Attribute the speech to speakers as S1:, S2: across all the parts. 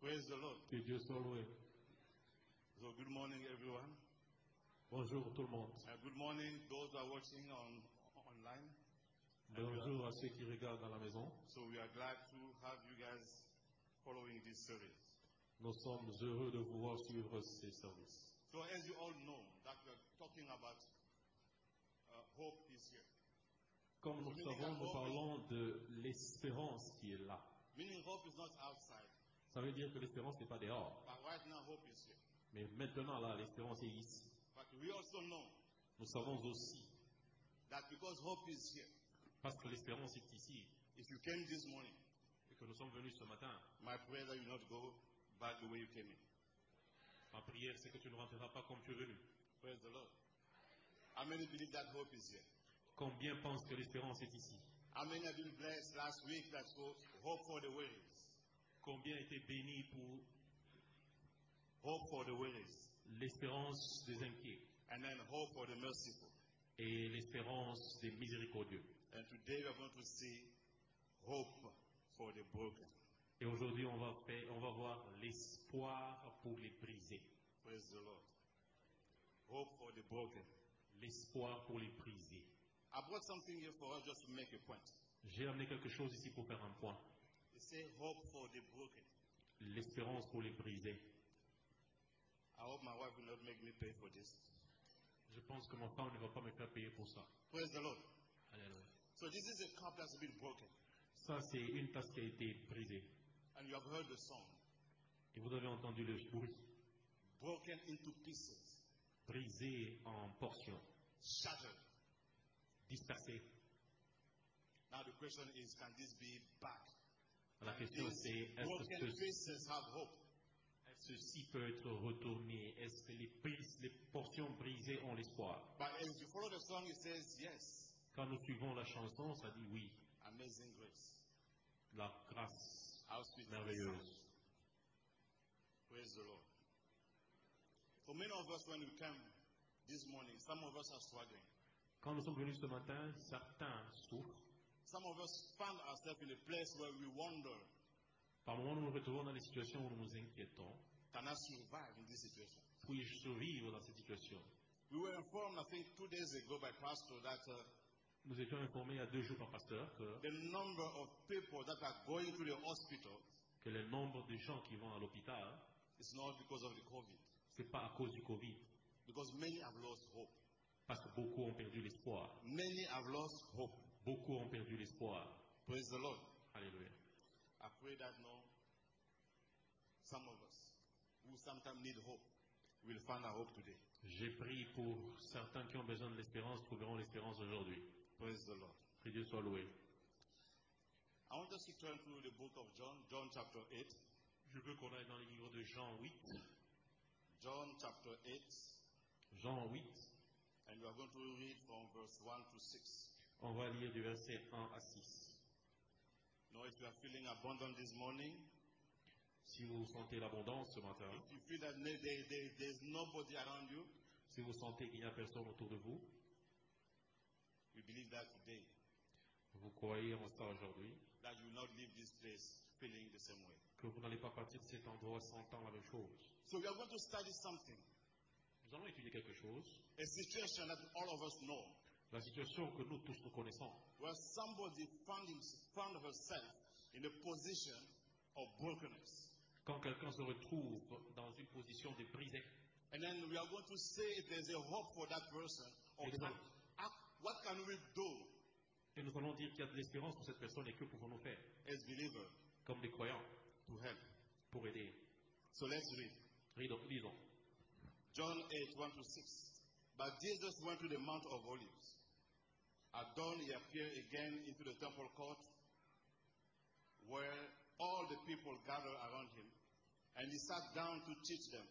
S1: Praise the Lord.
S2: Que Dieu soit loué.
S1: So good morning, everyone.
S2: Bonjour tout le monde.
S1: Uh, good morning, those who are watching on online.
S2: Bonjour à ceux qui regardent à la maison.
S1: So we are glad to have you guys following this series.
S2: Nous sommes heureux de pouvoir suivre ces services.
S1: So as you all know, that we are talking about uh, hope is here.
S2: Comme nous le savons, nous parlons de l'espérance qui est là.
S1: Meaning hope is not outside,
S2: Ça veut dire que l'espérance n'est pas dehors.
S1: but right now hope is here.
S2: Mais maintenant, là, l'espérance est ici.
S1: But we also know
S2: Nous savons aussi,
S1: that because hope is here,
S2: parce que l'espérance est ici,
S1: if you came this morning,
S2: et que nous sommes venus ce matin,
S1: my prayer that you not go back the way you came in.
S2: ma prière, c'est que tu ne rentreras pas comme tu es venu.
S1: Praise the Lord. How many believe that hope is here?
S2: Combien pensent que l'espérance est ici
S1: How many have been blessed last week that go hope for the wearies?
S2: Combien étaient bénis pour
S1: Hope for the wearies.
S2: l'espérance des inquiets
S1: And then hope for the merciful.
S2: et l'espérance des miséricordieux
S1: And today we are going to see hope for the broken.
S2: Et aujourd'hui, on va, faire- on va voir l'espoir pour les brisés.
S1: Praise the Lord. Hope for the broken.
S2: L'espoir pour les brisés.
S1: I brought something here for us just to make a point.
S2: J'ai amené quelque chose ici pour faire un point.
S1: It says hope for the broken.
S2: L'espérance pour les brisés.
S1: I hope my wife will not make me pay for this.
S2: Je pense que mon femme ne va pas me faire payer pour ça.
S1: Praise the Lord.
S2: Alléluia.
S1: So this is a cup that's been broken.
S2: Ça, c'est une tasse qui a été brisée.
S1: And you have heard the song,
S2: Et vous avez entendu le bruit.
S1: broken into pieces,
S2: Brisée en portions.
S1: shattered.
S2: Dispersée.
S1: Now the question is, can this be back?
S2: La
S1: Can
S2: question,
S1: these
S2: c'est est-ce que
S1: broken
S2: ce-
S1: pieces have hope?
S2: ceci peut être retourné Est-ce que les, bris- les portions brisées ont l'espoir
S1: But as you follow the song, it says, yes,
S2: Quand nous suivons la chanson, ça dit oui,
S1: amazing grace.
S2: la grâce
S1: How sweet the sound.
S2: merveilleuse.
S1: Praise the Lord. For many of us, when we came this morning, some of us are struggling.
S2: Quand nous sommes venus ce matin, certains souffrent.
S1: Some of us found ourselves in a place where we wonder,
S2: Par moments, nous nous retrouvons dans des situations où nous nous inquiétons.
S1: can I survive in this situation?
S2: Puis-je survivre dans cette situation
S1: We were informed, I think, two days ago by Pastor that uh,
S2: Nous étions informés il y a deux jours par pasteur que,
S1: the number of people that are going to the hospital
S2: que le nombre de gens qui vont à l'hôpital,
S1: is not because of the COVID,
S2: ce n'est pas à cause du Covid,
S1: because many have lost hope.
S2: parce que beaucoup ont perdu l'espoir.
S1: Many have lost hope.
S2: Beaucoup ont perdu l'espoir.
S1: Praise the Lord.
S2: Alléluia.
S1: I pray that now some of us who sometimes need hope will find our hope today.
S2: J'ai prié pour certains qui ont besoin de l'espérance, trouveront l'espérance aujourd'hui.
S1: Praise the Lord.
S2: Que Dieu soit loué.
S1: I want us to turn to the book of John, John chapter 8.
S2: Je veux qu'on aille dans le livre de Jean 8.
S1: John chapter 8,
S2: Jean 8,
S1: and we are going to read from verse 1 to 6.
S2: on va lire du verset 1 à 6.
S1: Now, if you are feeling abundant this morning,
S2: Si vous sentez l'abondance ce matin,
S1: if you feel that there, there, there's nobody around you,
S2: si vous sentez qu'il n'y a personne autour de vous,
S1: we believe that today,
S2: vous croyez en ça aujourd'hui,
S1: that you will not leave this place feeling the same way.
S2: que vous n'allez pas partir de cet endroit sentant la même chose.
S1: So we are going to study something,
S2: Nous allons étudier quelque chose,
S1: a situation that all of us know,
S2: la situation que nous tous nous connaissons,
S1: where somebody found, him, found herself in a position of brokenness.
S2: quand quelqu'un se retrouve dans une position de brisée.
S1: And then we are going to say if there's a hope for that person, or
S2: Yes,
S1: can,
S2: sir.
S1: how- what can we do
S2: Et nous allons dire qu'il y a de l'espérance pour cette personne et que pouvons-nous faire,
S1: as believers
S2: comme des croyants,
S1: to help.
S2: pour aider.
S1: So let's read.
S2: Ridons- Lisons.
S1: John 8, 1 to 6. But Jesus went to the Mount of Olives. At dawn, he appeared again into the temple court where all the people gathered around him, and he sat down to teach them.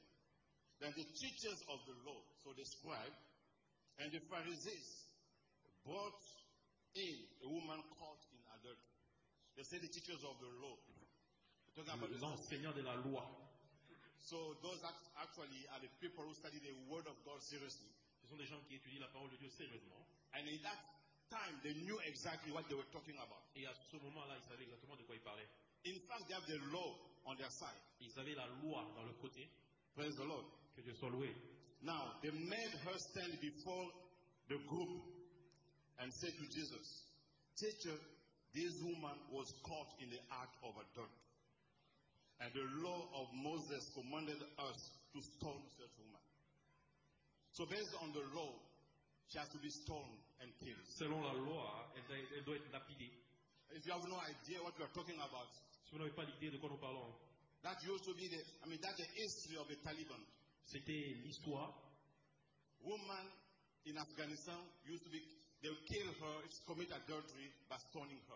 S1: Then the teachers of the law, so the scribe and the Pharisees, brought in a woman caught in adultery. They said the teachers of the law. Talking about the
S2: L'enseignant de la loi.
S1: So those act- actually are the people who study the Word of God seriously.
S2: Ce sont des gens qui étudient la parole de Dieu sérieusement.
S1: And in that time, they knew exactly what they were talking about.
S2: Et à ce moment-là, ils savaient exactement de quoi ils parlaient.
S1: In fact, they have the law on their side.
S2: Ils avaient la loi dans le côté,
S1: Praise the Lord.
S2: que Dieu soit loué.
S1: Now, they made her stand before the group and said to Jesus, Teacher, this woman was caught in the act of adultery. And the law of Moses commanded us to stone such woman. So, based on the law, she has to be stoned and killed.
S2: Selon la loi, elle, doit- elle doit être lapidée.
S1: If you have no idea what we are talking about,
S2: Si vous n'avez pas l'idée de quoi nous parlons,
S1: that used to be the, I mean, that's the history of the Taliban.
S2: c'était l'histoire.
S1: Woman in Afghanistan used to be, they would kill her, commit adultery by stoning her.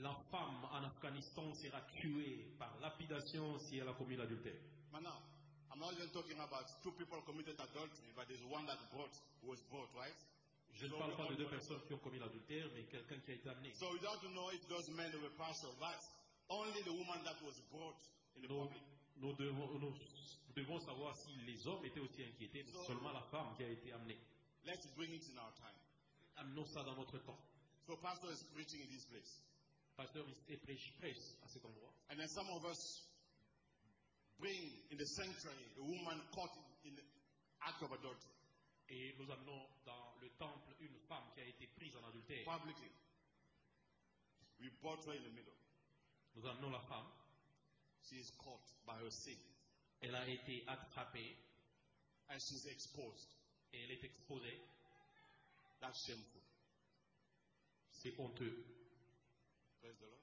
S2: La femme en Afghanistan sera tuée par lapidation si elle a commis l'adultère.
S1: But now, I'm not even talking about two people committed adultery, but there's one that brought, who was brought, right?
S2: Je ne parle pas de deux personnes qui ont commis l'adultère, mais quelqu'un qui a été amené.
S1: So we don't know if those men were partial, but only the woman that was brought in the
S2: Nous,
S1: public.
S2: nous devons, nous devons savoir si les hommes étaient aussi inquiétés, mais seulement la femme qui a été amenée.
S1: Let's bring it in our time.
S2: Amenons ça dans notre temps.
S1: So pastor is preaching in this place.
S2: Pasteur et prêche, prêche à cet endroit.
S1: And then some of us bring in the sanctuary a woman caught in the act of adultery
S2: Et nous amenons dans le temple une femme qui a été prise en adultère.
S1: publicly. We brought her in the middle.
S2: Nous amenons la femme.
S1: She is caught by her sin
S2: Elle a été attrapée
S1: and she's exposed.
S2: et elle est exposée.
S1: That's shameful.
S2: C'est honteux.
S1: Praise the Lord.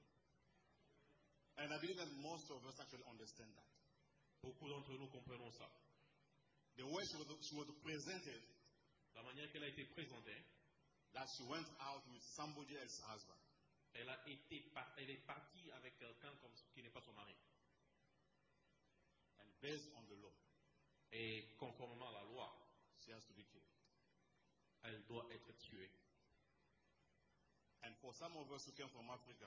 S1: And I believe that most of us actually understand that.
S2: Beaucoup d'entre nous comprenons ça.
S1: The way she was, she was presented,
S2: La manière qu'elle a été présentée,
S1: that she went out with somebody else's husband.
S2: elle, a été par- elle est partie avec quelqu'un comme qui n'est pas son mari.
S1: And based on the law,
S2: Et conformément à la loi,
S1: she has to be killed.
S2: elle doit être tuée.
S1: And for some of us who came from Africa,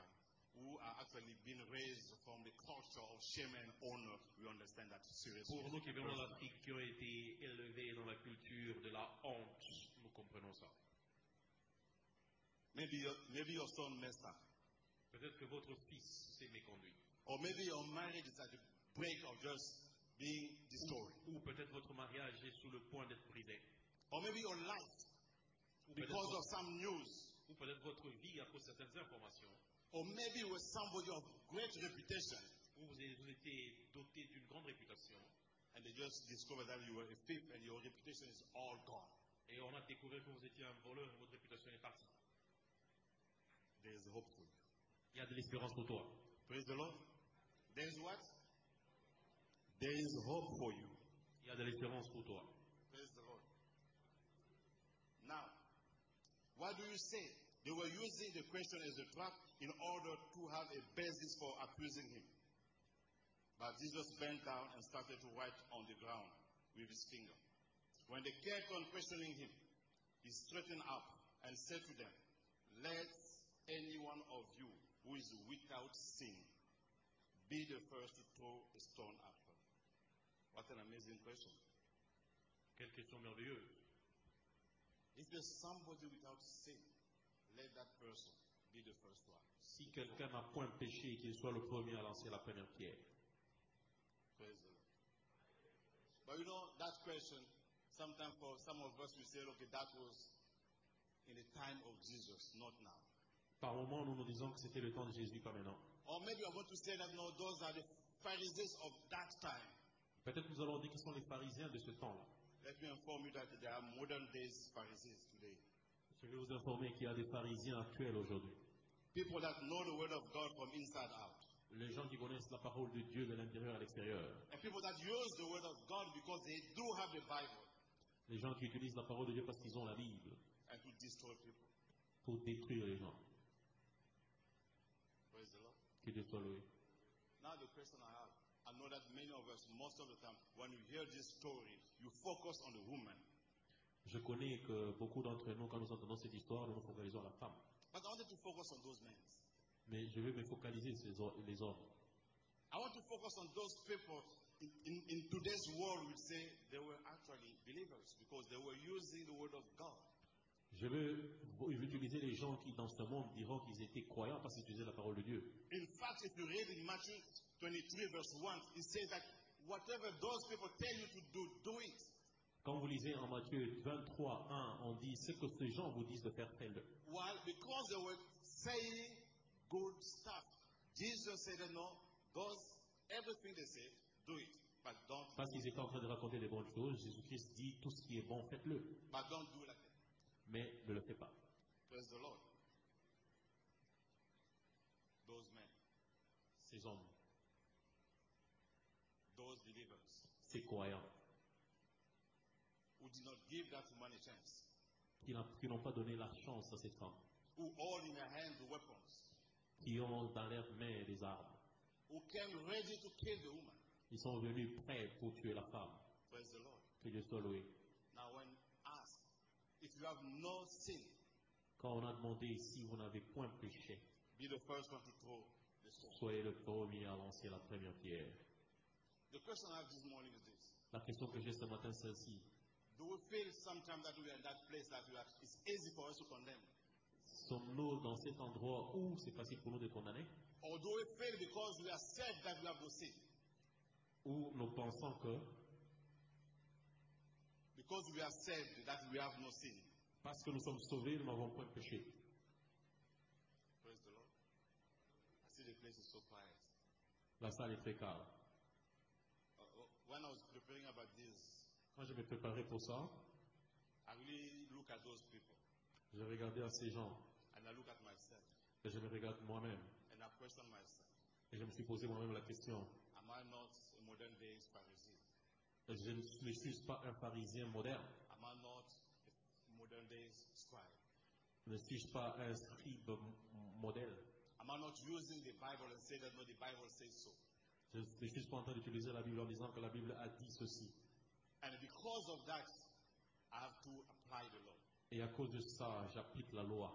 S1: who are actually being raised from the culture of shame and honor, we understand that seriously.
S2: Pour nous qui venons d'Afrique, qui ont été élevés dans la culture de la honte, nous comprenons ça.
S1: Maybe your, maybe your son messed up.
S2: Peut-être que votre fils s'est méconduit.
S1: Or maybe your marriage is at the brink of just being destroyed.
S2: Ou peut-être votre mariage est sur le point d'être brisé.
S1: Or maybe your life,
S2: Ou peut-être
S1: because
S2: votre-
S1: of some news,
S2: ou peut-être votre vie à cause de certaines informations,
S1: or maybe with somebody of great reputation,
S2: où vous avez vous été doté d'une grande réputation,
S1: and they just discover that you were a thief and your reputation is all gone.
S2: et on a découvert que vous étiez un voleur et votre réputation est partie.
S1: There is hope for you.
S2: Il y a de l'espérance pour toi.
S1: Praise the Lord. There is what? There is hope for you.
S2: Il y a de l'espérance pour toi.
S1: Praise the Lord. Now, what do you say? They were using the question as a trap in order to have a basis for accusing him. But Jesus bent down and started to write on the ground with his finger. When they kept on questioning him, he straightened up and said to them, Let any one of you who is without sin be the first to throw a stone at her. What an amazing question.
S2: Quelle question merveilleuse.
S1: If there's somebody without sin, let that person be the first one.
S2: Si quelqu'un n'a point péché, qu'il soit le premier à lancer la première pierre.
S1: Praise the Lord. But you know, that question, sometimes for some of us, we say, okay, that was in the time of Jesus, not now.
S2: Par moments, nous nous disons que c'était le temps de Jésus, pas maintenant.
S1: Or maybe I want to say that, no, those are the Pharisees of that time.
S2: Peut-être nous allons dire qu'ils sont les pharisiens de ce temps-là.
S1: Let me inform you that there are modern days Pharisees today.
S2: Je vais vous informer qu'il y a des pharisiens actuels aujourd'hui.
S1: People that know the word of God from inside out.
S2: Les gens qui connaissent la parole de Dieu de l'intérieur à l'extérieur.
S1: And people that use the word of God because they do have the Bible
S2: Les gens qui utilisent la parole de Dieu parce qu'ils ont la Bible
S1: and to destroy people.
S2: pour détruire les gens.
S1: Praise the Lord.
S2: Que Dieu soit loué.
S1: Now the question I have, I know that many of us, most of the time, when you hear this story, you focus on the woman.
S2: Je connais que beaucoup d'entre nous, quand nous entendons cette histoire, nous nous focalisons à la femme.
S1: But I wanted to focus on those men.
S2: Mais je vais me focaliser sur les hom- les hommes.
S1: I want to focus on those people in, in, in today's world we say they were actually believers because they were using the word of God.
S2: Je veux, je veux utiliser les gens qui, dans ce monde, diront qu'ils étaient croyants parce qu'ils utilisaient la parole de Dieu.
S1: In fact, if you read in Matthew 23, verse 1, it says that whatever those people tell you to do, do it.
S2: Quand vous lisez en Matthieu 23, 1, on dit ce que ces gens vous disent de faire tel.
S1: Why? Because they were saying good stuff. Jesus said, no, those, everything they say, do it, but don't,
S2: Parce qu'ils étaient en train de raconter des bonnes choses, Jésus-Christ dit tout ce qui est bon, faites-le,
S1: but don't do like that.
S2: mais ne le faites pas.
S1: Praise the Lord. Those men,
S2: Ces hommes,
S1: those believers
S2: ces croyants,
S1: who did not give that woman a chance,
S2: qui n'ont- qui n'ont pas donné la chance à cette femme,
S1: who all in their hands the weapons,
S2: qui ont dans leurs mains des armes.
S1: who came ready to kill the woman.
S2: Ils sont venus prêts pour tuer la femme.
S1: Praise the Lord.
S2: Que Dieu soit loué.
S1: Now, when asked, if you have no sin,
S2: Quand on a demandé si vous n'avez point péché,
S1: be the first one to throw the stone.
S2: soyez le premier à lancer la première pierre.
S1: The question I have this morning is this
S2: La question que j'ai ce matin, c'est celle-ci.
S1: Do we feel sometimes that we are in that place that we are, it's easy for us to condemn?
S2: Sommes-nous dans cet endroit où c'est facile pour nous de condamner
S1: Or do we fail because we are said that we have no sin?
S2: Ou nous pensons que,
S1: Because we are saved that we have no sin.
S2: parce que nous sommes sauvés, nous n'avons point péché
S1: Praise the Lord. I see the place is so quiet.
S2: La salle est très calme.
S1: Uh, uh, when I was preparing about this,
S2: Quand je me préparais pour ça,
S1: I really look at those people
S2: je regardais à ces gens
S1: and I look at myself
S2: et je me regarde moi-même.
S1: and I question myself.
S2: Et je me suis posé moi-même la question.
S1: Am I not a modern day Pharisee?
S2: Je ne suis- ne suis pas un pharisien moderne.
S1: Am I not a modern day scribe?
S2: Ne suis-je pas un scribe m- modèle
S1: Am I not using the Bible and say that no, the Bible says so?
S2: Je ne suis pas en train d'utiliser la Bible en disant que la Bible a dit ceci.
S1: And because of that, I have to apply the law.
S2: Et à cause de ça, j'applique la loi.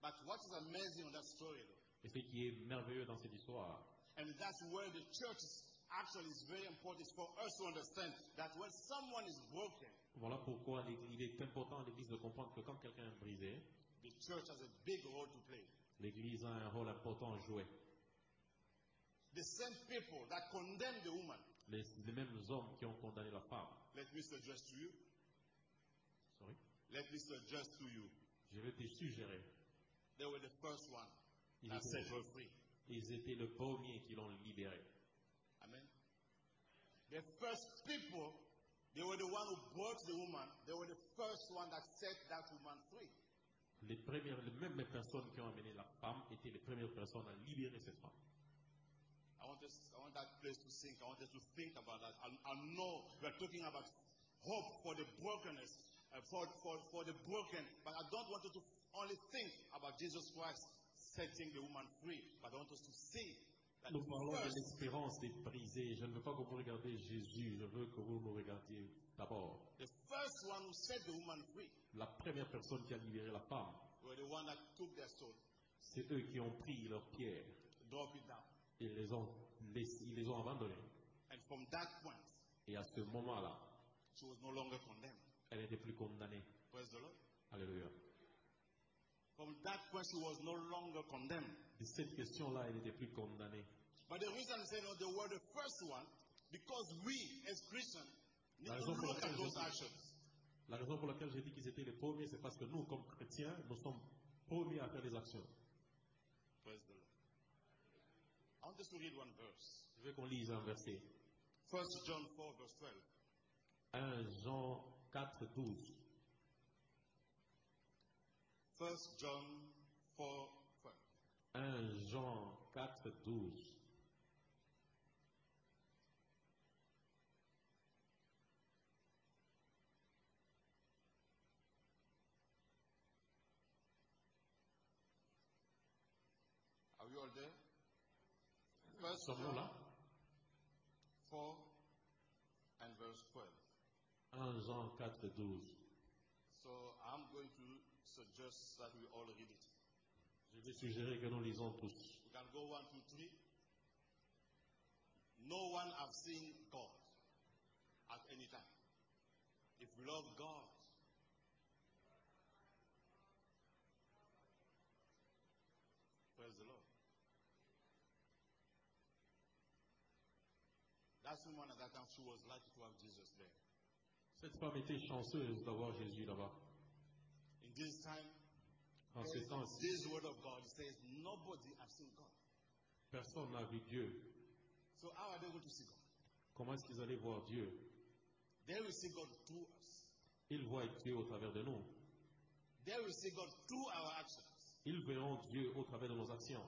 S1: But what is amazing on that story, though,
S2: Et ce qui est merveilleux dans cette histoire,
S1: and that's where the church is actually is very important, is for us to understand that when someone is broken,
S2: voilà pourquoi l'Église- il est important à l'Église de comprendre que quand quelqu'un est brisé,
S1: the church has a big role to play.
S2: l'Église a un rôle important à jouer.
S1: The same people that condemned the woman,
S2: Les, les mêmes hommes qui ont condamné la femme.
S1: let me suggest to you,
S2: Sorry.
S1: let me suggest to you,
S2: Je vais te suggérer.
S1: they were the first one
S2: Ils
S1: that set
S2: étaient,
S1: her free.
S2: ils étaient le premier qui l'ont libéré.
S1: Amen. The first people, they were the one who brought the woman. They were the first one that set that woman free.
S2: Les, premières, les mêmes personnes qui ont amené la femme étaient les premières personnes à libérer cette femme.
S1: I want, us, I want that place to sink. I want us to think about that. I, I know we're talking about hope for the brokenness, uh, for, for, for the broken, but I don't want you to only think about Jesus Christ setting the woman free, but I want us to see that
S2: Nous parlons de
S1: first
S2: l'espérance des brisés. Je ne veux pas que vous regardiez Jésus, je veux que vous me regardiez d'abord.
S1: the first one who set the woman free
S2: La première personne qui a libéré la femme,
S1: were the one that took their soul,
S2: c'est eux qui ont pris leur pierre
S1: drop it down.
S2: et les ont, laissés- ils les ont abandonnés.
S1: And from that point,
S2: Et à ce moment-là,
S1: she was no longer condemned.
S2: elle n'était plus condamnée.
S1: Praise the Lord.
S2: Alléluia.
S1: From that point, she was no longer condemned.
S2: De cette question-là, elle n'était plus condamnée.
S1: But the reason I'm saying no, they were the first one, because we as Christians need
S2: La
S1: to
S2: raison pour
S1: look at
S2: laquelle
S1: those
S2: Jésus-
S1: actions.
S2: La raison pour laquelle j'ai dit qu'ils étaient les premiers, c'est parce que nous, comme chrétiens, nous sommes premiers à faire des actions.
S1: Praise the Lord. I want us to read one verse.
S2: Je veux qu'on lise un verset.
S1: First John 4, verse 12.
S2: 1 Jean 4, 12.
S1: First John 4, 12.
S2: 1 Jean 4, 12.
S1: Are you all there? First
S2: Sommes-nous
S1: John
S2: là
S1: 4 and verse 12.
S2: 1 Jean 4, 12.
S1: So I'm going to suggest that we all read it.
S2: Je vais suggérer que nous lisons tous.
S1: We can go one, two, three. No one has seen God at any time. If we love God, That woman at that time, she was lucky to have Jesus there.
S2: Cette femme était chanceuse d'avoir Jésus là-bas.
S1: In this time,
S2: En ce temps-ci,
S1: this word of God says nobody has seen God.
S2: personne n'a vu Dieu.
S1: So how are they going to see God?
S2: Comment est-ce qu'ils allaient voir Dieu
S1: They will see God through us.
S2: Ils voient Dieu au travers de nous.
S1: They will see God through our actions.
S2: Ils verront Dieu au travers de nos actions.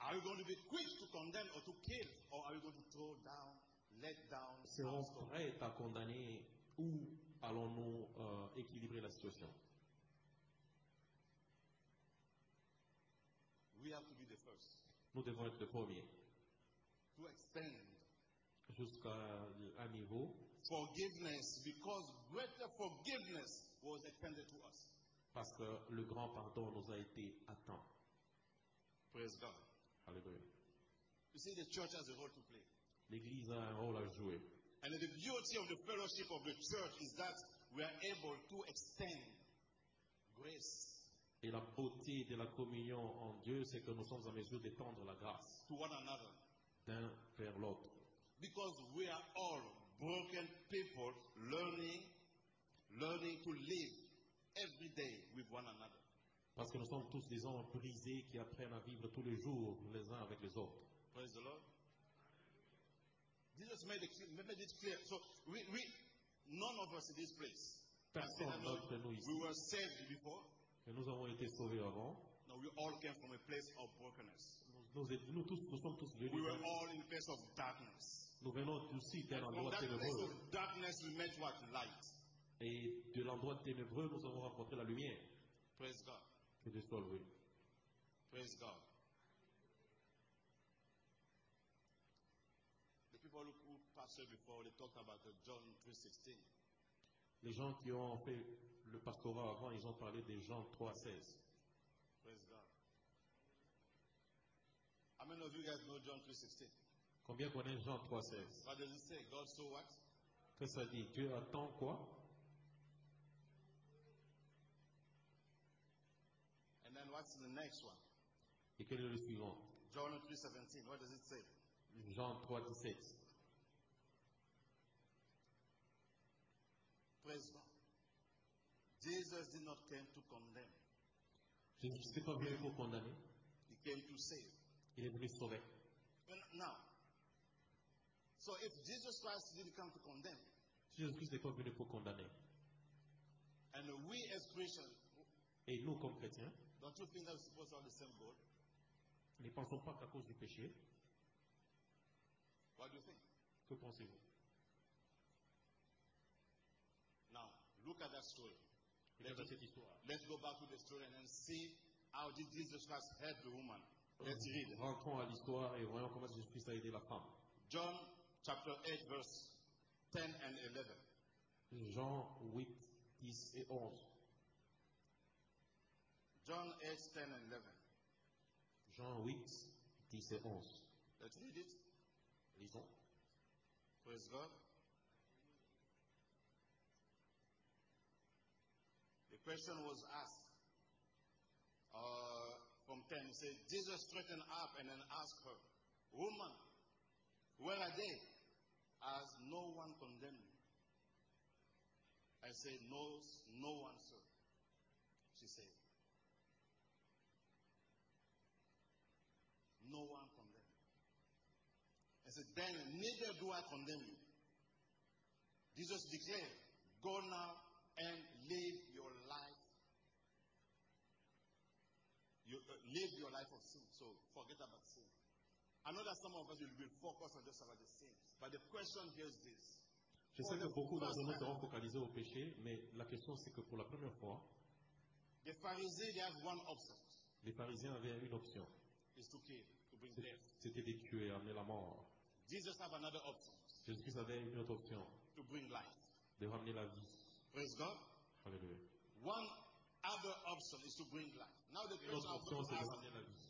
S1: Are you going to be quick to condemn or to kill, or are you going to throw down, let down,
S2: Serons
S1: abscond?
S2: prêts à condamner ou allons-nous euh, équilibrer la situation
S1: We have to be the first
S2: Nous devons être le premier
S1: to extend
S2: jusqu'à un niveau
S1: forgiveness because greater forgiveness was extended to us.
S2: parce que le grand pardon nous a été à temps.
S1: Praise God.
S2: Alléluia.
S1: You see, the church has a role to play.
S2: L'Église a un rôle à jouer.
S1: And the beauty of the fellowship of the church is that we are able to extend grace
S2: Et la beauté de la communion en Dieu, c'est que nous sommes en mesure d'étendre la grâce
S1: to one another
S2: d'un vers l'autre.
S1: because we are all broken people learning, learning to live every day with one another.
S2: Parce que nous sommes tous des hommes brisés qui apprennent à vivre tous les jours les uns avec les autres.
S1: Praise the Lord. Jesus made it clear. Made it clear. So we, we, none of us in this place, can say that,
S2: Personne
S1: "No,
S2: d'entre nous
S1: we
S2: ici.
S1: were saved before.
S2: Et nous avons été sauvés avant.
S1: No, we all came from a place of brokenness.
S2: Nous, nous êtes- nous tous, nous sommes tous
S1: We
S2: venus.
S1: were all in a place of darkness.
S2: Nous venons aussi d'un
S1: From
S2: endroit
S1: that place
S2: ténébreux.
S1: of darkness, we met what light.
S2: Et de l'endroit ténébreux, nous avons rencontré la lumière.
S1: Praise God.
S2: Que Dieu soit loué.
S1: Praise God. The people who, who pastored before, they talked about the John 3.16.
S2: Les gens qui ont fait le pastorat avant, ils ont parlé des gens 3 16.
S1: Praise God. How many of you guys know John 3.16?
S2: Combien connaît Jean 3 16
S1: What does it say? God so what?
S2: Que ça dit Dieu attend quoi
S1: And then what's the next one?
S2: Et quel est le suivant
S1: John 3.17. What does it say?
S2: Jean 3 17.
S1: Praise God. Jesus did not come to condemn.
S2: Jésus n'est pas venu pour condamner,
S1: He came to save.
S2: il est venu sauver.
S1: And now, so if Jesus Christ didn't come to condemn,
S2: Jésus-Christ n'est pas venu pour condamner.
S1: and we as Christians,
S2: Et nous, comme chrétiens,
S1: don't you think that we're supposed to have the same goal?
S2: ne pensons pas qu'à cause du péché,
S1: What do you think?
S2: que pensez-vous
S1: Now, look at that story.
S2: Regardez cette histoire.
S1: Let's go back to the story and then see how did Jesus Christ help the woman. Let's read.
S2: Rentrons à l'histoire et voyons comment Jésus-Christ a aidé la femme.
S1: John chapter 8, verse 10 and 11.
S2: Jean 8, 10 et 11.
S1: John 8, 10 and 11.
S2: Jean 8, 10 et 11.
S1: Let's read it.
S2: Lisons.
S1: Praise God. The question was asked uh, from 10. It says, Jesus straightened up and then asked her, Woman, where are they? Has no one condemned you? I said, No, no one, sir. She said, No one condemned. I said, Then neither do I condemn you. Jesus declared, Go now and live your life. You, uh, live your life of sin. So forget about sin. I know that some of us will, will focus on just about the sins. But the question here is this.
S2: Je sais que beaucoup d'entre nous seront focalisés au péché, mais la question c'est que pour la première fois,
S1: The Pharisees, they have one option.
S2: les Parisiens avaient une option.
S1: It's to kill, to bring
S2: C'est-
S1: death.
S2: C'était de tuer, amener la mort.
S1: Jesus have another option,
S2: Jésus-Christ avait une autre option,
S1: to bring life.
S2: de ramener la vie.
S1: Praise God.
S2: Alléluia.
S1: One other option is to bring life. Now the question
S2: L'autre
S1: I'm
S2: option,
S1: going to
S2: c'est de
S1: ask,
S2: ramener la vie.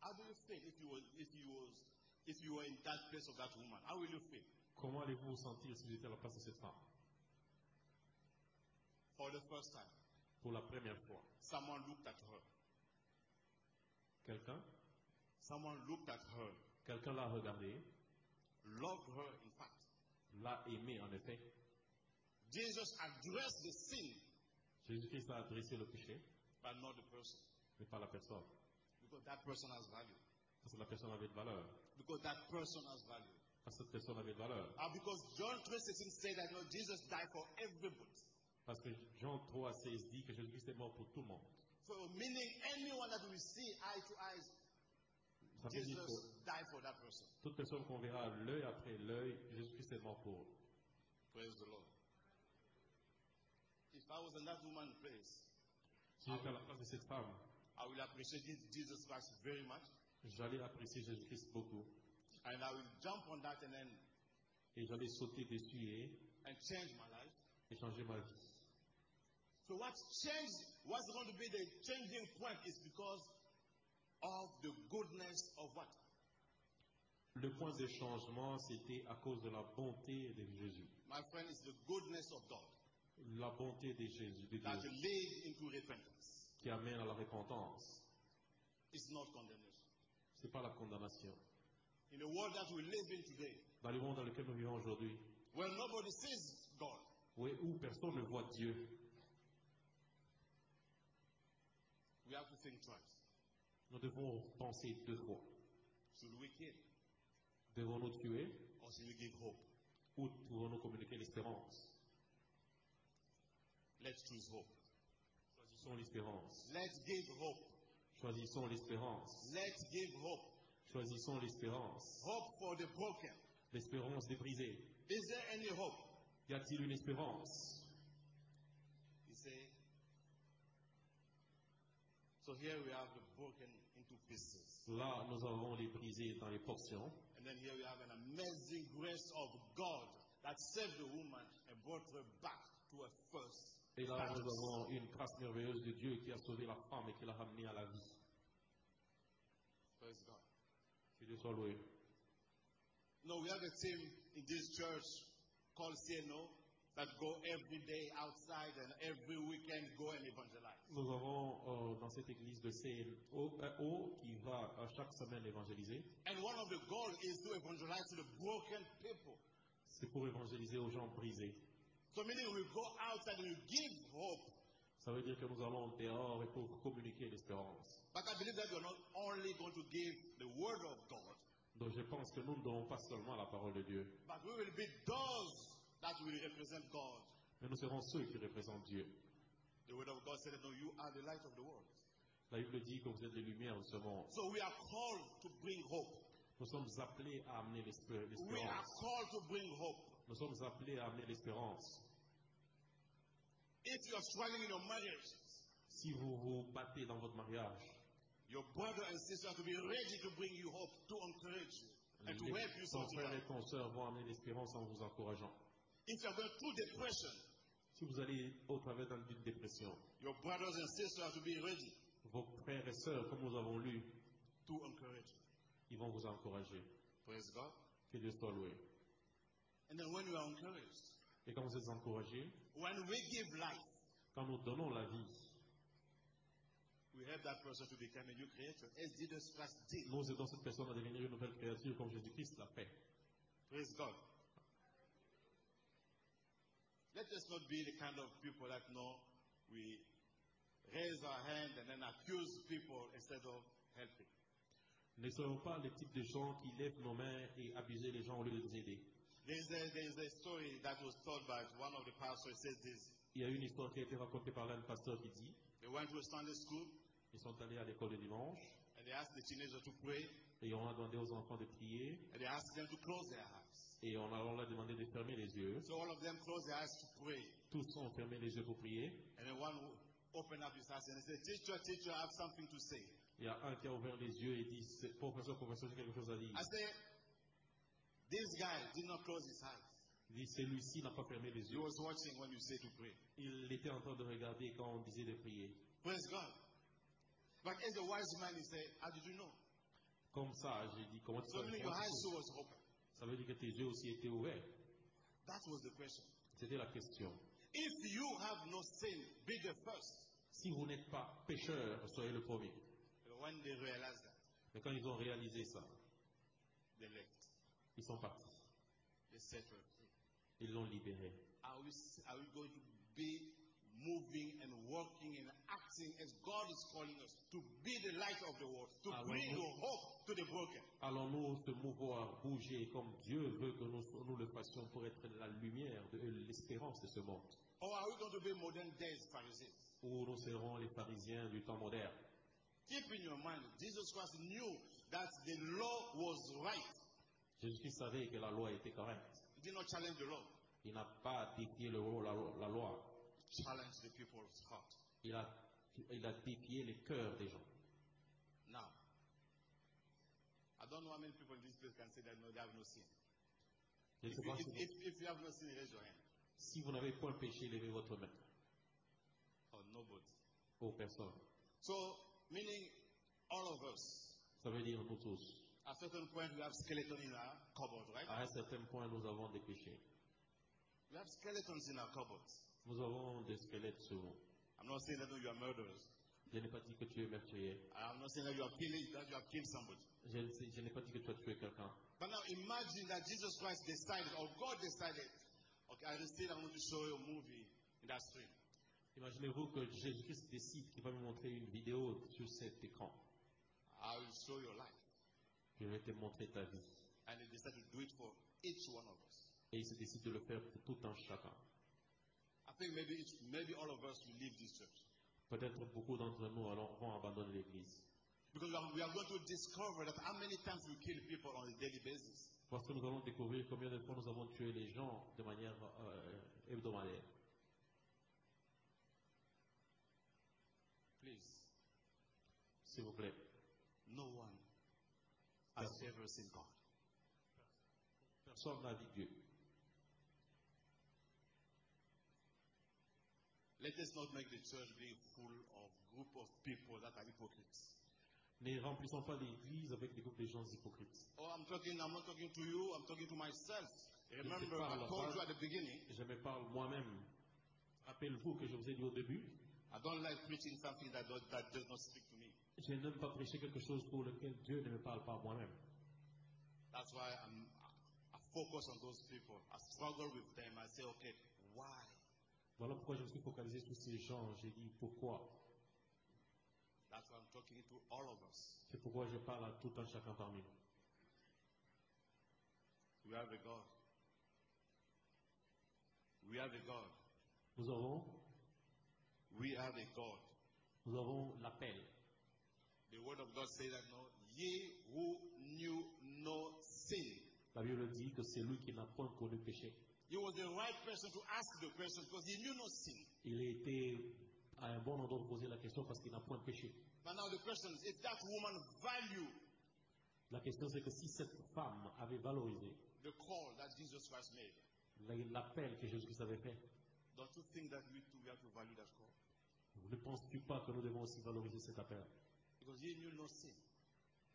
S1: how do you feel if you was, if you was, if you were in that place of that woman? How will you feel?
S2: Comment allez-vous vous sentir si vous étiez à la place de cette femme
S1: For the first time,
S2: Pour la première fois,
S1: someone looked at her.
S2: quelqu'un
S1: Someone looked at her,
S2: Quelqu'un l'a regardé,
S1: loved her, in fact.
S2: l'a aimé en effet.
S1: Jesus addressed the sin,
S2: Jésus-Christ a adressé le péché,
S1: but not the person.
S2: mais pas la personne.
S1: Because that person has value.
S2: Parce que la personne avait de valeur.
S1: Because that person has value.
S2: Parce que cette personne avait de valeur.
S1: And because John 3.16 said that you know, Jesus died for everybody.
S2: Parce que Jean 3, 16 dit que Jésus-Christ est mort pour tout le monde.
S1: So meaning anyone that we see eye to eyes,
S2: Ça veut dire
S1: Jesus
S2: que
S1: died for that person.
S2: toute personne qu'on verra l'œil après l'œil, Jésus-Christ est mort pour.
S1: Praise the Lord. If I was in that woman's place,
S2: Si j'étais à la place de cette femme,
S1: I will appreciate Je- Jesus Christ very much.
S2: j'allais apprécier Jésus-Christ beaucoup.
S1: And I will jump on that and then
S2: Et j'allais sauter dessus et,
S1: and change my life.
S2: et changer ma vie.
S1: So what changed, what's going to be the changing point is because of the goodness of what?
S2: Le point de changement, c'était à cause de la bonté de Jésus.
S1: My friend, it's the goodness of God
S2: La bonté de Jésus, de
S1: that
S2: Dieu,
S1: lead into repentance.
S2: qui amène à la repentance.
S1: It's not condemnation.
S2: Ce n'est pas la condamnation.
S1: In the world that we live in today,
S2: Dans le monde dans lequel nous vivons aujourd'hui,
S1: where nobody sees God,
S2: où, où personne ne voit Dieu,
S1: we have to think twice.
S2: nous devons penser deux fois.
S1: Should we kill
S2: Devons-nous tuer
S1: or should we give hope?
S2: ou devons-nous communiquer l'espérance
S1: Let's choose hope.
S2: Choisissons l'espérance.
S1: Let's give hope.
S2: Choisissons l'espérance.
S1: Let's give hope.
S2: Choisissons l'espérance.
S1: Hope for the broken.
S2: L'espérance des brisés.
S1: Is there any hope?
S2: Y a-t-il une espérance
S1: He said. So here we have the broken into pieces.
S2: Là, nous avons les brisés dans les portions.
S1: And then here we have an amazing grace of God that saved the woman and brought her back to her first
S2: Et là, nous
S1: status.
S2: avons une grâce merveilleuse de Dieu qui a sauvé la femme et qui l'a ramenée à la vie.
S1: Praise God.
S2: Que Dieu soit loué.
S1: No, we have a team in this church called CNO that go every day outside and every weekend go and evangelize.
S2: Nous avons euh, dans cette église de CNO euh, O, qui va euh, chaque semaine évangéliser.
S1: And one of the goals is to evangelize to the broken people.
S2: C'est pour évangéliser aux gens brisés.
S1: So meaning we go outside and we give hope.
S2: Ça veut dire que nous allons dehors et pour communiquer l'espérance.
S1: But I believe that we're not only going to give the word of God,
S2: Donc je pense que nous ne donnons pas seulement la parole de Dieu,
S1: but we will be those that will represent God.
S2: mais nous serons ceux qui représentent Dieu.
S1: The word of God said, No, you are the light of the world.
S2: La Bible dit que vous êtes les lumières de ce monde.
S1: So we are called to bring hope.
S2: Nous sommes appelés à amener l'espé-
S1: We are
S2: l'espérance.
S1: called to bring hope.
S2: Nous sommes appelés à amener l'espérance.
S1: If you are struggling in your marriage,
S2: Si vous vous battez dans votre mariage,
S1: Your brother and sister have to be ready to bring you hope, to encourage you, and to help you
S2: les- ton
S1: sort it
S2: frère
S1: out.
S2: et ton soeur vont amener l'espérance en vous encourageant.
S1: If you're going through depression,
S2: Si vous allez au travers d'une dépression,
S1: your brothers and sisters have to be ready
S2: vos frères et sœurs, comme nous avons lu,
S1: to encourage you.
S2: ils vont vous encourager.
S1: Praise God.
S2: Que Dieu soit loué.
S1: And then when you are encouraged,
S2: Et quand vous êtes encouragés,
S1: when we give life,
S2: quand nous donnons la vie,
S1: we help that person to become a new creature, as Jesus Christ did.
S2: nous aidons cette personne à devenir une nouvelle créature comme Jésus-Christ l'a fait.
S1: Praise God. Let us not be the kind of people that know we raise our hand and then accuse people instead of helping.
S2: Ne soyons pas le type de gens qui lèvent nos mains et abusent les gens au lieu de les aider.
S1: There's a, there's a story that was told by one of the pastors. It says this.
S2: Il y a une histoire qui a été racontée par l'un pasteur qui dit,
S1: They went to a Sunday school
S2: ils sont allés à l'école le dimanche
S1: and they asked the teenagers to pray
S2: et on a demandé aux enfants de prier
S1: and they asked them to close their eyes.
S2: et on a- on leur a demandé de fermer les yeux.
S1: So all of them closed their eyes to pray.
S2: Tous ont fermé les yeux pour prier.
S1: And then one opened up his eyes and he said, Teacher, teacher, I have something to say.
S2: Il y a un qui a ouvert les yeux et dit, C'est- professeur, professeur, j'ai quelque chose à dire.
S1: I said, This guy did not close his eyes.
S2: Il dit, celui-ci n'a pas fermé les
S1: He
S2: yeux.
S1: was watching when you say to pray.
S2: Il était en train de regarder quand on disait de prier.
S1: Praise God. But as a wise man, he said, How did you know?
S2: Comme ça, j'ai dit, comment tu
S1: So
S2: vas
S1: meaning your
S2: répondre
S1: eyes was open.
S2: Ça veut dire que tes yeux aussi étaient ouverts.
S1: That was the question.
S2: C'était la question.
S1: If you have no sin, be the first.
S2: Si vous n'êtes pas pécheur, soyez le premier.
S1: But when they realized that,
S2: Mais quand ils ont réalisé ça,
S1: They left.
S2: ils sont partis.
S1: They settled.
S2: Ils l'ont libéré.
S1: Are we, are we going to be moving and working and acting as God is calling us to be the light of the world, to
S2: Are we
S1: bring
S2: mo-
S1: your hope to the broken?
S2: Allons-nous se mouvoir, bouger comme Dieu veut que nous, nous le fassions pour être la lumière, de euh, l'espérance de ce monde
S1: Or are we going to be modern day Pharisees?
S2: Ou nous serons les pharisiens du temps moderne
S1: Keep in your mind, Jesus Christ knew that the law was right.
S2: Jésus-Christ savait que la loi était correcte.
S1: He did not challenge the law,
S2: Il n'a pas défié le, la, la loi.
S1: he challenged the people's heart.
S2: Il a, il a défié les cœurs des gens.
S1: Now, I don't know how many people in this place can say that no, they have no sin.
S2: Je ne
S1: If
S2: sais
S1: you,
S2: pas
S1: if,
S2: si vous,
S1: if, if you have no sin, raise your hand.
S2: si vous n'avez point péché, levez votre main.
S1: Or Oh, nobody.
S2: Aux personnes.
S1: So, meaning all of us,
S2: Ça veut dire nous tous.
S1: at certain point, we have skeleton in our cupboard, right?
S2: À un certain point, nous avons des péchés.
S1: We have skeletons in our cupboards.
S2: Nous avons des squelettes souvent.
S1: I'm not saying that you are murderers.
S2: Je n'ai pas dit que tu es meurtrier.
S1: I'm not saying that you are killing, that you have killed somebody.
S2: Je, ne sais- je n'ai pas dit que tu as tué quelqu'un.
S1: But now imagine that Jesus Christ decided, or God decided, okay, I decided I want to show you a movie in that screen.
S2: Imaginez-vous que Jésus-Christ décide qu'il va me montrer une vidéo sur cet écran.
S1: I will show your life.
S2: Je vais te montrer ta vie.
S1: And he decided to do it for each one of us.
S2: Et il se décide de le faire pour tout un chacun.
S1: I think maybe it's, maybe all of us will leave this church.
S2: Peut-être beaucoup d'entre nous allons- vont abandonner l'Église.
S1: Because we are, we are going to discover that how many times we kill people on a daily basis.
S2: Parce que nous allons découvrir combien de fois nous avons tué les gens de manière euh, hebdomadaire.
S1: Please,
S2: S'il vous plaît.
S1: no one has ever seen God.
S2: Personne n'a vu Dieu.
S1: Let us not make the church be full of group of people that are hypocrites.
S2: Ne remplissons pas l'Église avec des groupes de gens hypocrites.
S1: Oh, I'm talking, I'm not talking to you, I'm talking to myself. Remember, I
S2: parle à
S1: told
S2: part.
S1: you at the beginning,
S2: Je me parle moi-même. Rappelez-vous que je vous ai dit au début,
S1: I don't like preaching something that does, that does not speak to me.
S2: je n'aime pas prêcher quelque chose pour lequel Dieu ne me parle pas moi-même.
S1: That's why I'm, I focus on those people. I struggle with them. I say, okay, why?
S2: Voilà pourquoi je me suis focalisé sur ces gens. J'ai dit pourquoi.
S1: That's why I'm talking to all of us.
S2: C'est pourquoi je parle à tout un chacun parmi nous.
S1: We have a God. We have a God.
S2: Nous avons,
S1: We have a God.
S2: nous avons l'appel.
S1: The word of God says that no, ye who knew no sin.
S2: La Bible dit que c'est lui qui n'a point connu le péché.
S1: He was the right person to ask the question because he knew no sin.
S2: Il a été à un bon endroit pour poser la question parce qu'il n'a point péché.
S1: But now the question is, if that woman valued
S2: La question c'est que si cette femme avait valorisé
S1: the call that Jesus Christ made,
S2: la- l'appel que Jésus-Christ avait fait,
S1: don't you think that we too we have to value that call?
S2: ne penses-tu pas que nous devons aussi valoriser cet appel
S1: Because he knew no sin.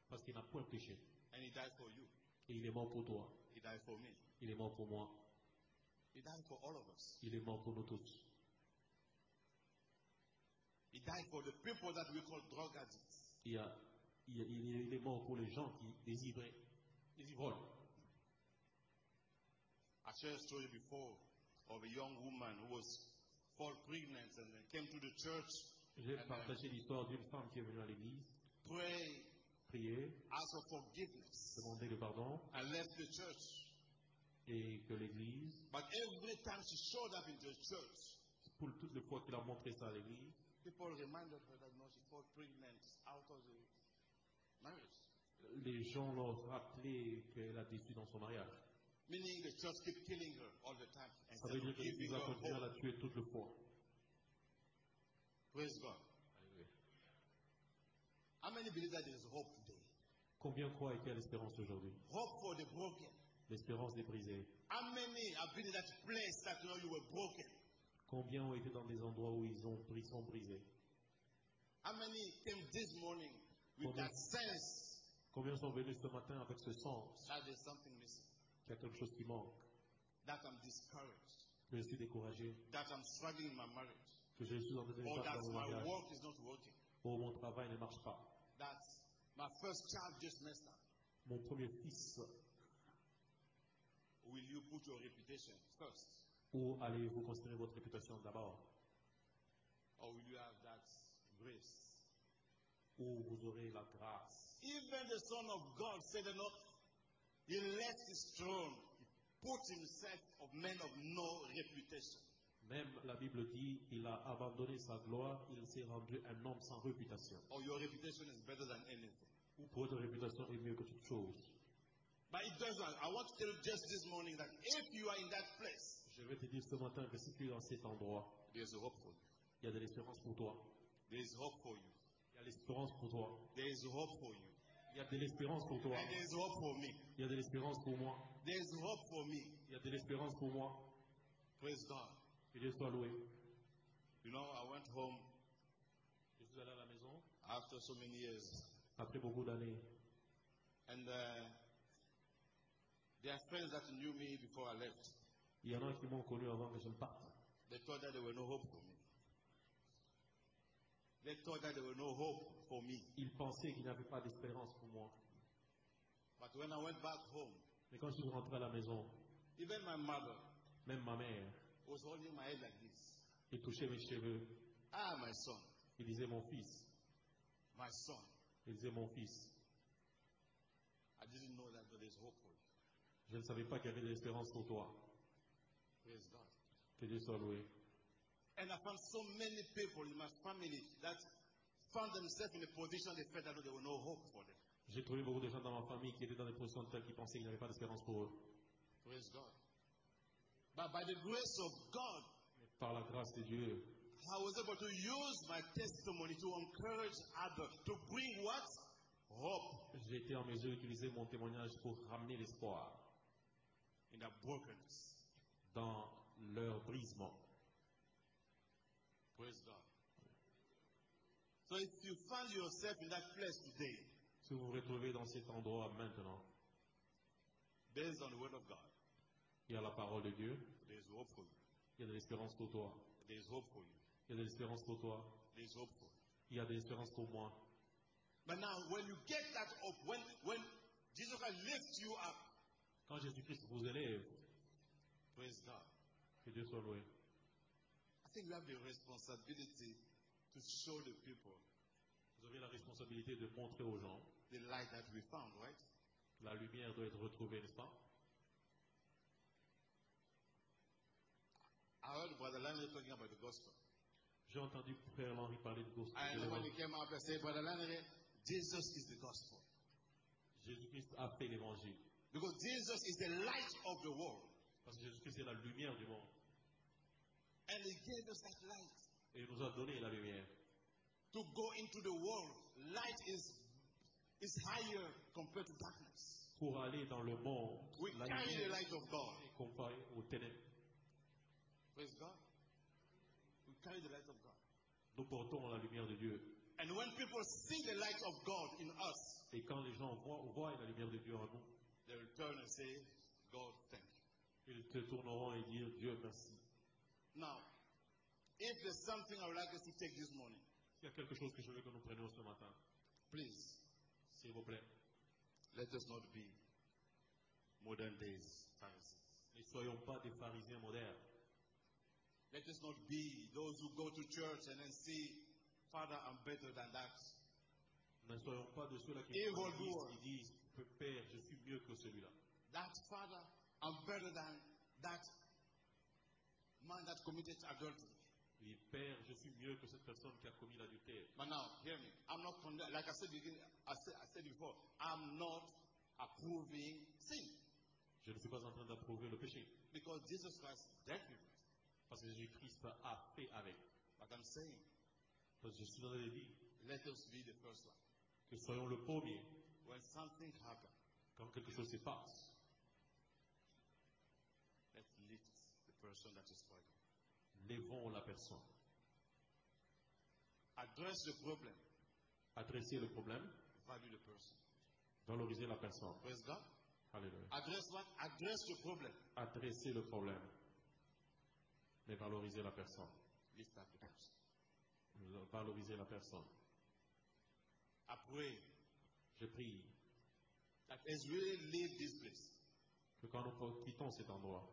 S2: Parce qu'il n'a point péché.
S1: And he died for you.
S2: Et il est mort pour toi.
S1: He died for me.
S2: Il est mort pour moi.
S1: He died for all of us.
S2: Il est mort pour nous tous.
S1: He died for the people that we call drug addicts.
S2: Il, a- il- il- il est mort pour les gens qui désivraient. Les ivrognes.
S1: I shared a story before of a young woman who was fall pregnant and then came to the church,
S2: J'ai
S1: Amen.
S2: partagé l'histoire d'une femme qui est venue à l'église,
S1: pray,
S2: prier,
S1: ask for forgiveness,
S2: demander le pardon,
S1: and left the church.
S2: et que l'église,
S1: But every time she showed up in the church,
S2: pour toutes les fois qu'il a montré ça à l'église,
S1: people reminded her that no, she fell pregnant out of the marriage.
S2: les gens leur rappelaient qu'elle a déçu dans son mariage.
S1: Meaning the church kept killing her all the time
S2: Ça veut
S1: instead
S2: dire
S1: of
S2: que
S1: giving
S2: l'Église a
S1: her
S2: continué à
S1: hope.
S2: la tuer toutes les fois.
S1: Praise God. How many believe that there is hope today?
S2: Combien croient qu'il y a l'espérance aujourd'hui
S1: Hope for the broken.
S2: L'espérance des brisés.
S1: How many have been in that place that you know you were broken?
S2: Combien ont été dans des endroits où ils ont ils sont brisés
S1: How many came this morning with
S2: Combien-
S1: that sense
S2: Combien sont venus ce matin avec ce sens
S1: that there's something missing?
S2: qu'il y a quelque chose qui manque
S1: That I'm discouraged.
S2: Que je suis découragé
S1: That I'm struggling in my marriage.
S2: Que je suis en train de
S1: Or
S2: faire
S1: that
S2: dans mon
S1: my
S2: mariage
S1: work is not working.
S2: Ou mon travail ne marche pas
S1: That my first child just messed up,
S2: Mon premier fils,
S1: will you put your reputation first?
S2: où allez-vous considérer votre réputation d'abord
S1: Or will you have that grace?
S2: Où vous aurez la grâce
S1: Even the Son of God said enough. He left his throne, he put himself of men of no reputation.
S2: Même la Bible dit, il a abandonné sa gloire, il s'est rendu un homme sans réputation.
S1: Or your reputation is better than anything.
S2: Ou votre réputation est mieux que toute chose.
S1: But it doesn't. I want to tell you just this morning that if you are in that place,
S2: Je vais te dire ce matin que si tu es dans cet endroit,
S1: there's hope for you.
S2: il y a de l'espérance pour toi.
S1: There is hope for you.
S2: Il y a de l'espérance pour toi.
S1: There is hope for you.
S2: Il y a de l'espérance pour toi.
S1: And there is hope for me.
S2: Il y a de l'espérance pour moi.
S1: There is hope for me.
S2: Il y a de l'espérance pour moi.
S1: Praise God.
S2: Que Dieu soit loué.
S1: You know, I went home
S2: Je suis allé à la maison
S1: after so many years,
S2: après beaucoup d'années.
S1: and uh, there are friends that knew me before I left.
S2: Il y en a qui m'ont connu avant que je ne parte.
S1: They thought that there were no hope for me. They thought that there were no hope for me.
S2: Ils pensaient qu'il n'y avait pas d'espérance pour moi.
S1: But when I went back home,
S2: Mais quand je suis rentré à la maison,
S1: even my mother
S2: même ma mère,
S1: was holding my head like this.
S2: il touchait mes cheveux.
S1: Ah, my son,
S2: Il disait mon fils.
S1: my son.
S2: Il disait mon fils.
S1: I didn't know that there is hope for you.
S2: Je ne savais pas qu'il y avait de l'espérance pour toi.
S1: Praise God.
S2: Que Dieu soit loué.
S1: And I found so many people in my family that found themselves in a position they felt that there was no hope for them.
S2: J'ai trouvé beaucoup de gens dans ma famille qui étaient dans des positions telles qu'ils pensaient qu'il n'y avait pas d'espérance pour eux.
S1: Praise God. But by the grace of God,
S2: Par la grâce de Dieu,
S1: I was able to use my testimony to encourage others to bring what? Hope
S2: j'ai été en mesure d'utiliser mon témoignage pour ramener l'espoir
S1: in their brokenness.
S2: dans leur brisement.
S1: Praise God. So if you find yourself in that place today,
S2: Si vous vous retrouvez dans cet endroit maintenant,
S1: based on the word of God,
S2: il y a la parole de Dieu,
S1: there is hope for you.
S2: il y a de l'espérance pour toi,
S1: There is hope for you.
S2: il y a de l'espérance pour toi,
S1: There is hope for you.
S2: il y a de l'espérance pour moi.
S1: But now, when you get that hope, when, when Jesus Christ lifts you up,
S2: Quand Jésus-Christ vous élève,
S1: praise God,
S2: que Dieu soit loué,
S1: I think you have the responsibility to show the people
S2: vous avez la responsabilité de montrer aux gens
S1: the light that we found, right?
S2: que la lumière doit être retrouvée, n'est-ce pas
S1: I heard Brother Landry talking about the gospel.
S2: J'ai entendu Frère Henri parler de gospel.
S1: And when he came up, I said, Brother Landry, Jesus is the gospel.
S2: Jésus-Christ a fait l'évangile.
S1: Because Jesus is the light of the world.
S2: Parce que Jésus-Christ est la lumière du monde.
S1: And he gave us that light
S2: Et il nous a donné la lumière.
S1: to go into the world. Light is, is higher compared to darkness.
S2: Pour aller dans le monde,
S1: We
S2: la
S1: carry the
S2: lumière
S1: light of God.
S2: est comparée aux ténèbres.
S1: Praise God. We carry the light of God.
S2: Nous portons la lumière de Dieu.
S1: And when people see the light of God in us,
S2: Et quand les gens voient, voient la lumière de Dieu en nous,
S1: they will turn and say, God, thank you.
S2: ils se tourneront et diront Dieu merci.
S1: Now, if there's something I would like us to take this morning,
S2: S'il y a quelque chose que je veux que nous prenions ce matin,
S1: please,
S2: s'il vous plaît,
S1: let us not be modern days Pharisees.
S2: ne soyons pas des pharisiens modernes.
S1: Let us not be those who go to church and then see, Father, I'm better than that.
S2: Ne soyons pas de ceux-là qui,
S1: Evil
S2: qui disent-
S1: doers.
S2: qui disent Père, je suis mieux que celui-là.
S1: That father, I'm better than that man that committed adultery.
S2: Et Père, je suis mieux que cette personne qui a commis l'adultère.
S1: But now, hear me. I'm not condemn- like I said, begin, I said I said before. I'm not approving sin
S2: Je ne suis pas en train d'approuver le péché.
S1: because Jesus Christ dealt with it.
S2: Parce que Jésus-Christ a fait avec.
S1: But I'm saying,
S2: Parce que je suis dans la vie.
S1: let us be the first one.
S2: Que soyons le premier
S1: When something happens,
S2: quand quelque chose se passe.
S1: let's lift the person that is struggling.
S2: Levons la personne.
S1: Address the problem.
S2: Adresser le problème,
S1: Value the person.
S2: valoriser la personne.
S1: Praise God.
S2: Alléluia.
S1: Address what? Address the problem.
S2: Adresser le problème, mais valoriser la personne.
S1: Lift up the person.
S2: Valoriser la personne.
S1: I pray
S2: Je prie
S1: that as we leave this place,
S2: que quand nous quittons cet endroit,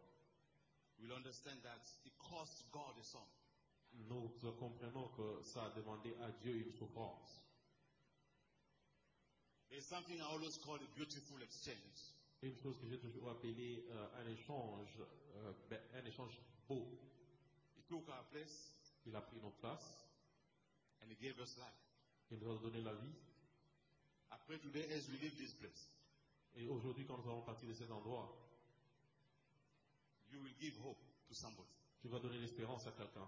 S1: we'll understand that it cost God a son.
S2: nous comprenons que ça a demandé à Dieu une souffrance.
S1: There's something I always call a beautiful exchange.
S2: Une chose que j'ai toujours appelée euh, un échange, euh, ben, un échange beau.
S1: He took our place
S2: Il a pris notre place,
S1: and He gave us life.
S2: il nous a donné la vie.
S1: I pray today as we leave this place,
S2: Et aujourd'hui, quand nous allons partir de cet endroit,
S1: you will give hope to somebody.
S2: tu vas donner l'espérance à quelqu'un.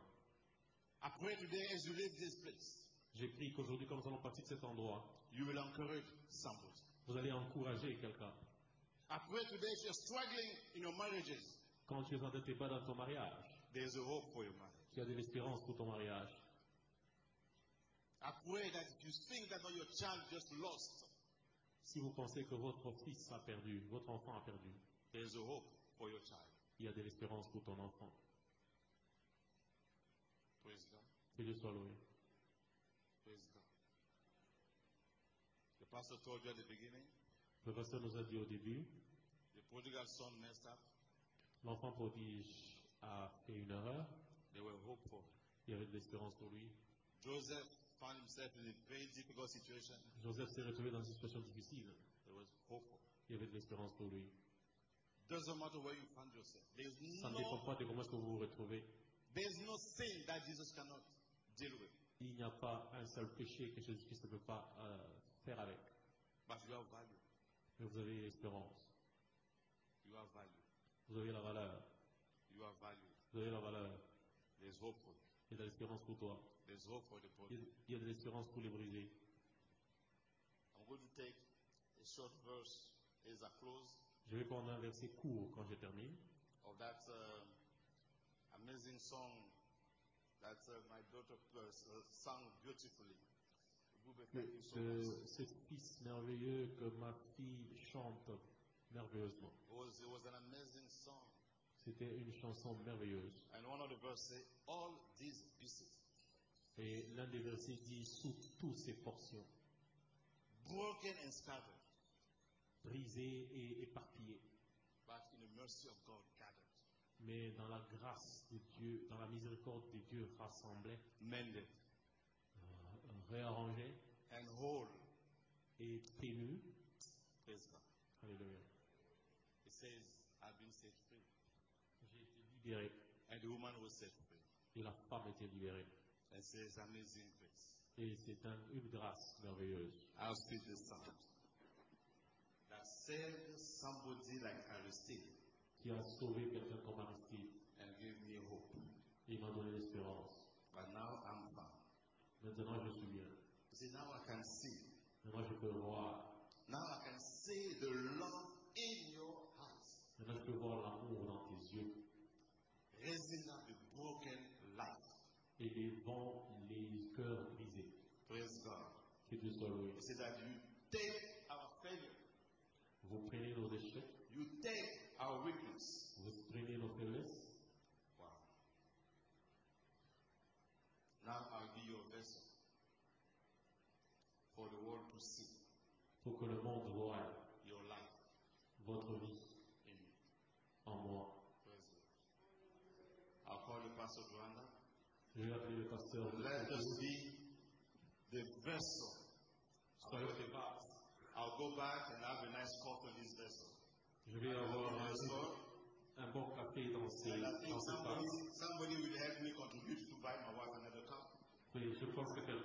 S1: I pray today as you leave this place,
S2: J'ai pris qu'aujourd'hui, quand nous allons partir de cet endroit,
S1: you will encourage somebody.
S2: vous allez encourager quelqu'un.
S1: I pray today if you're struggling in your marriages,
S2: Quand tu es en train de te battre dans ton mariage,
S1: there's a hope for your marriage.
S2: tu as de l'espérance pour ton mariage.
S1: I pray that if you think that oh, your child just lost,
S2: Si vous pensez que votre fils a perdu, votre enfant a perdu,
S1: there's a hope for your child.
S2: il y a de l'espérance pour ton enfant.
S1: Praise God.
S2: Que Dieu soit loué.
S1: Praise God. The pastor told you at the beginning,
S2: Le pasteur nous a dit au début,
S1: the prodigal son messed up.
S2: l'enfant prodige a fait une erreur,
S1: There were hope for him.
S2: il y avait de l'espérance pour lui.
S1: Joseph found himself in a very difficult situation.
S2: Joseph s'est retrouvé dans une situation difficile,
S1: There was hope for him.
S2: il y avait de l'espérance pour lui.
S1: Doesn't matter where you find yourself. There's
S2: Ça ne dépend
S1: no,
S2: pas de comment est-ce que vous vous retrouvez.
S1: there's no sin that Jesus cannot deal with.
S2: Il n'y a pas un seul péché que Jésus-Christ ne peut pas euh, faire avec.
S1: But you have value.
S2: Mais vous avez l'espérance,
S1: You have value.
S2: vous avez la valeur,
S1: You have value.
S2: vous avez la valeur,
S1: There's hope for you.
S2: il y a de l'espérance pour toi,
S1: There's hope for the
S2: il y
S1: body.
S2: a- il y a de l'espérance pour les brisés.
S1: I'm going to take a short verse as I close
S2: Je vais prendre un verset court quand je termine,
S1: of that um, amazing song that uh, my daughter uh, s- uh, sang beautifully. Bube,
S2: de
S1: thank you so
S2: de
S1: much.
S2: ce fils merveilleux que ma fille chante merveilleusement.
S1: It was, it was an amazing song.
S2: C'était une chanson merveilleuse.
S1: And one of the verses say, all these pieces
S2: Et l'un des versets dit sous toutes ces portions,
S1: broken and scattered,
S2: brisées et éparpillées,
S1: but in the mercy of God gathered,
S2: mais dans la grâce de Dieu, dans la miséricorde de Dieu rassemblées,
S1: mended,
S2: réarrangées
S1: and whole.
S2: et prévues.
S1: Praise God.
S2: Alléluia.
S1: It says, I've been set free.
S2: J'ai été libéré
S1: And the woman was set free.
S2: et la femme était libérée.
S1: And says, amazing grace.
S2: Et c'est un- une grâce merveilleuse.
S1: I'll speak the sound that saved somebody like Aristide
S2: qui a sauvé quelqu'un comme Aristide
S1: and gave me hope.
S2: et il m'a donné l'espérance.
S1: But now I'm found.
S2: Maintenant, je suis bien.
S1: You see, now I can see.
S2: Maintenant, je peux voir.
S1: Now I can see the love in your eyes,
S2: Maintenant, je peux voir l'amour dans tes yeux.
S1: raising up the broken life.
S2: Et les vents, les cœurs brisés.
S1: Praise God.
S2: Que Dieu soit loué.
S1: You see that you take our failure,
S2: Vous prenez nos échecs,
S1: you take our weakness.
S2: vous prenez nos faiblesses.
S1: Wow. Now I'll be your vessel for the world to see
S2: Pour que le monde voie
S1: your life
S2: votre vie
S1: in me.
S2: en moi.
S1: Praise God. I'll call the pastor to hand up.
S2: Je vais appeler le pasteur.
S1: Let us be the vessel.
S2: Soyons des vases.
S1: I'll go back and have a nice coffee in this vessel.
S2: Je vais avoir
S1: I'll be the
S2: un,
S1: vessel.
S2: un bon café dans ces,
S1: And I think
S2: dans ces
S1: somebody,
S2: vases.
S1: somebody will help me contribute to buy my wife another cup.
S2: Oui, je pense que quelqu'un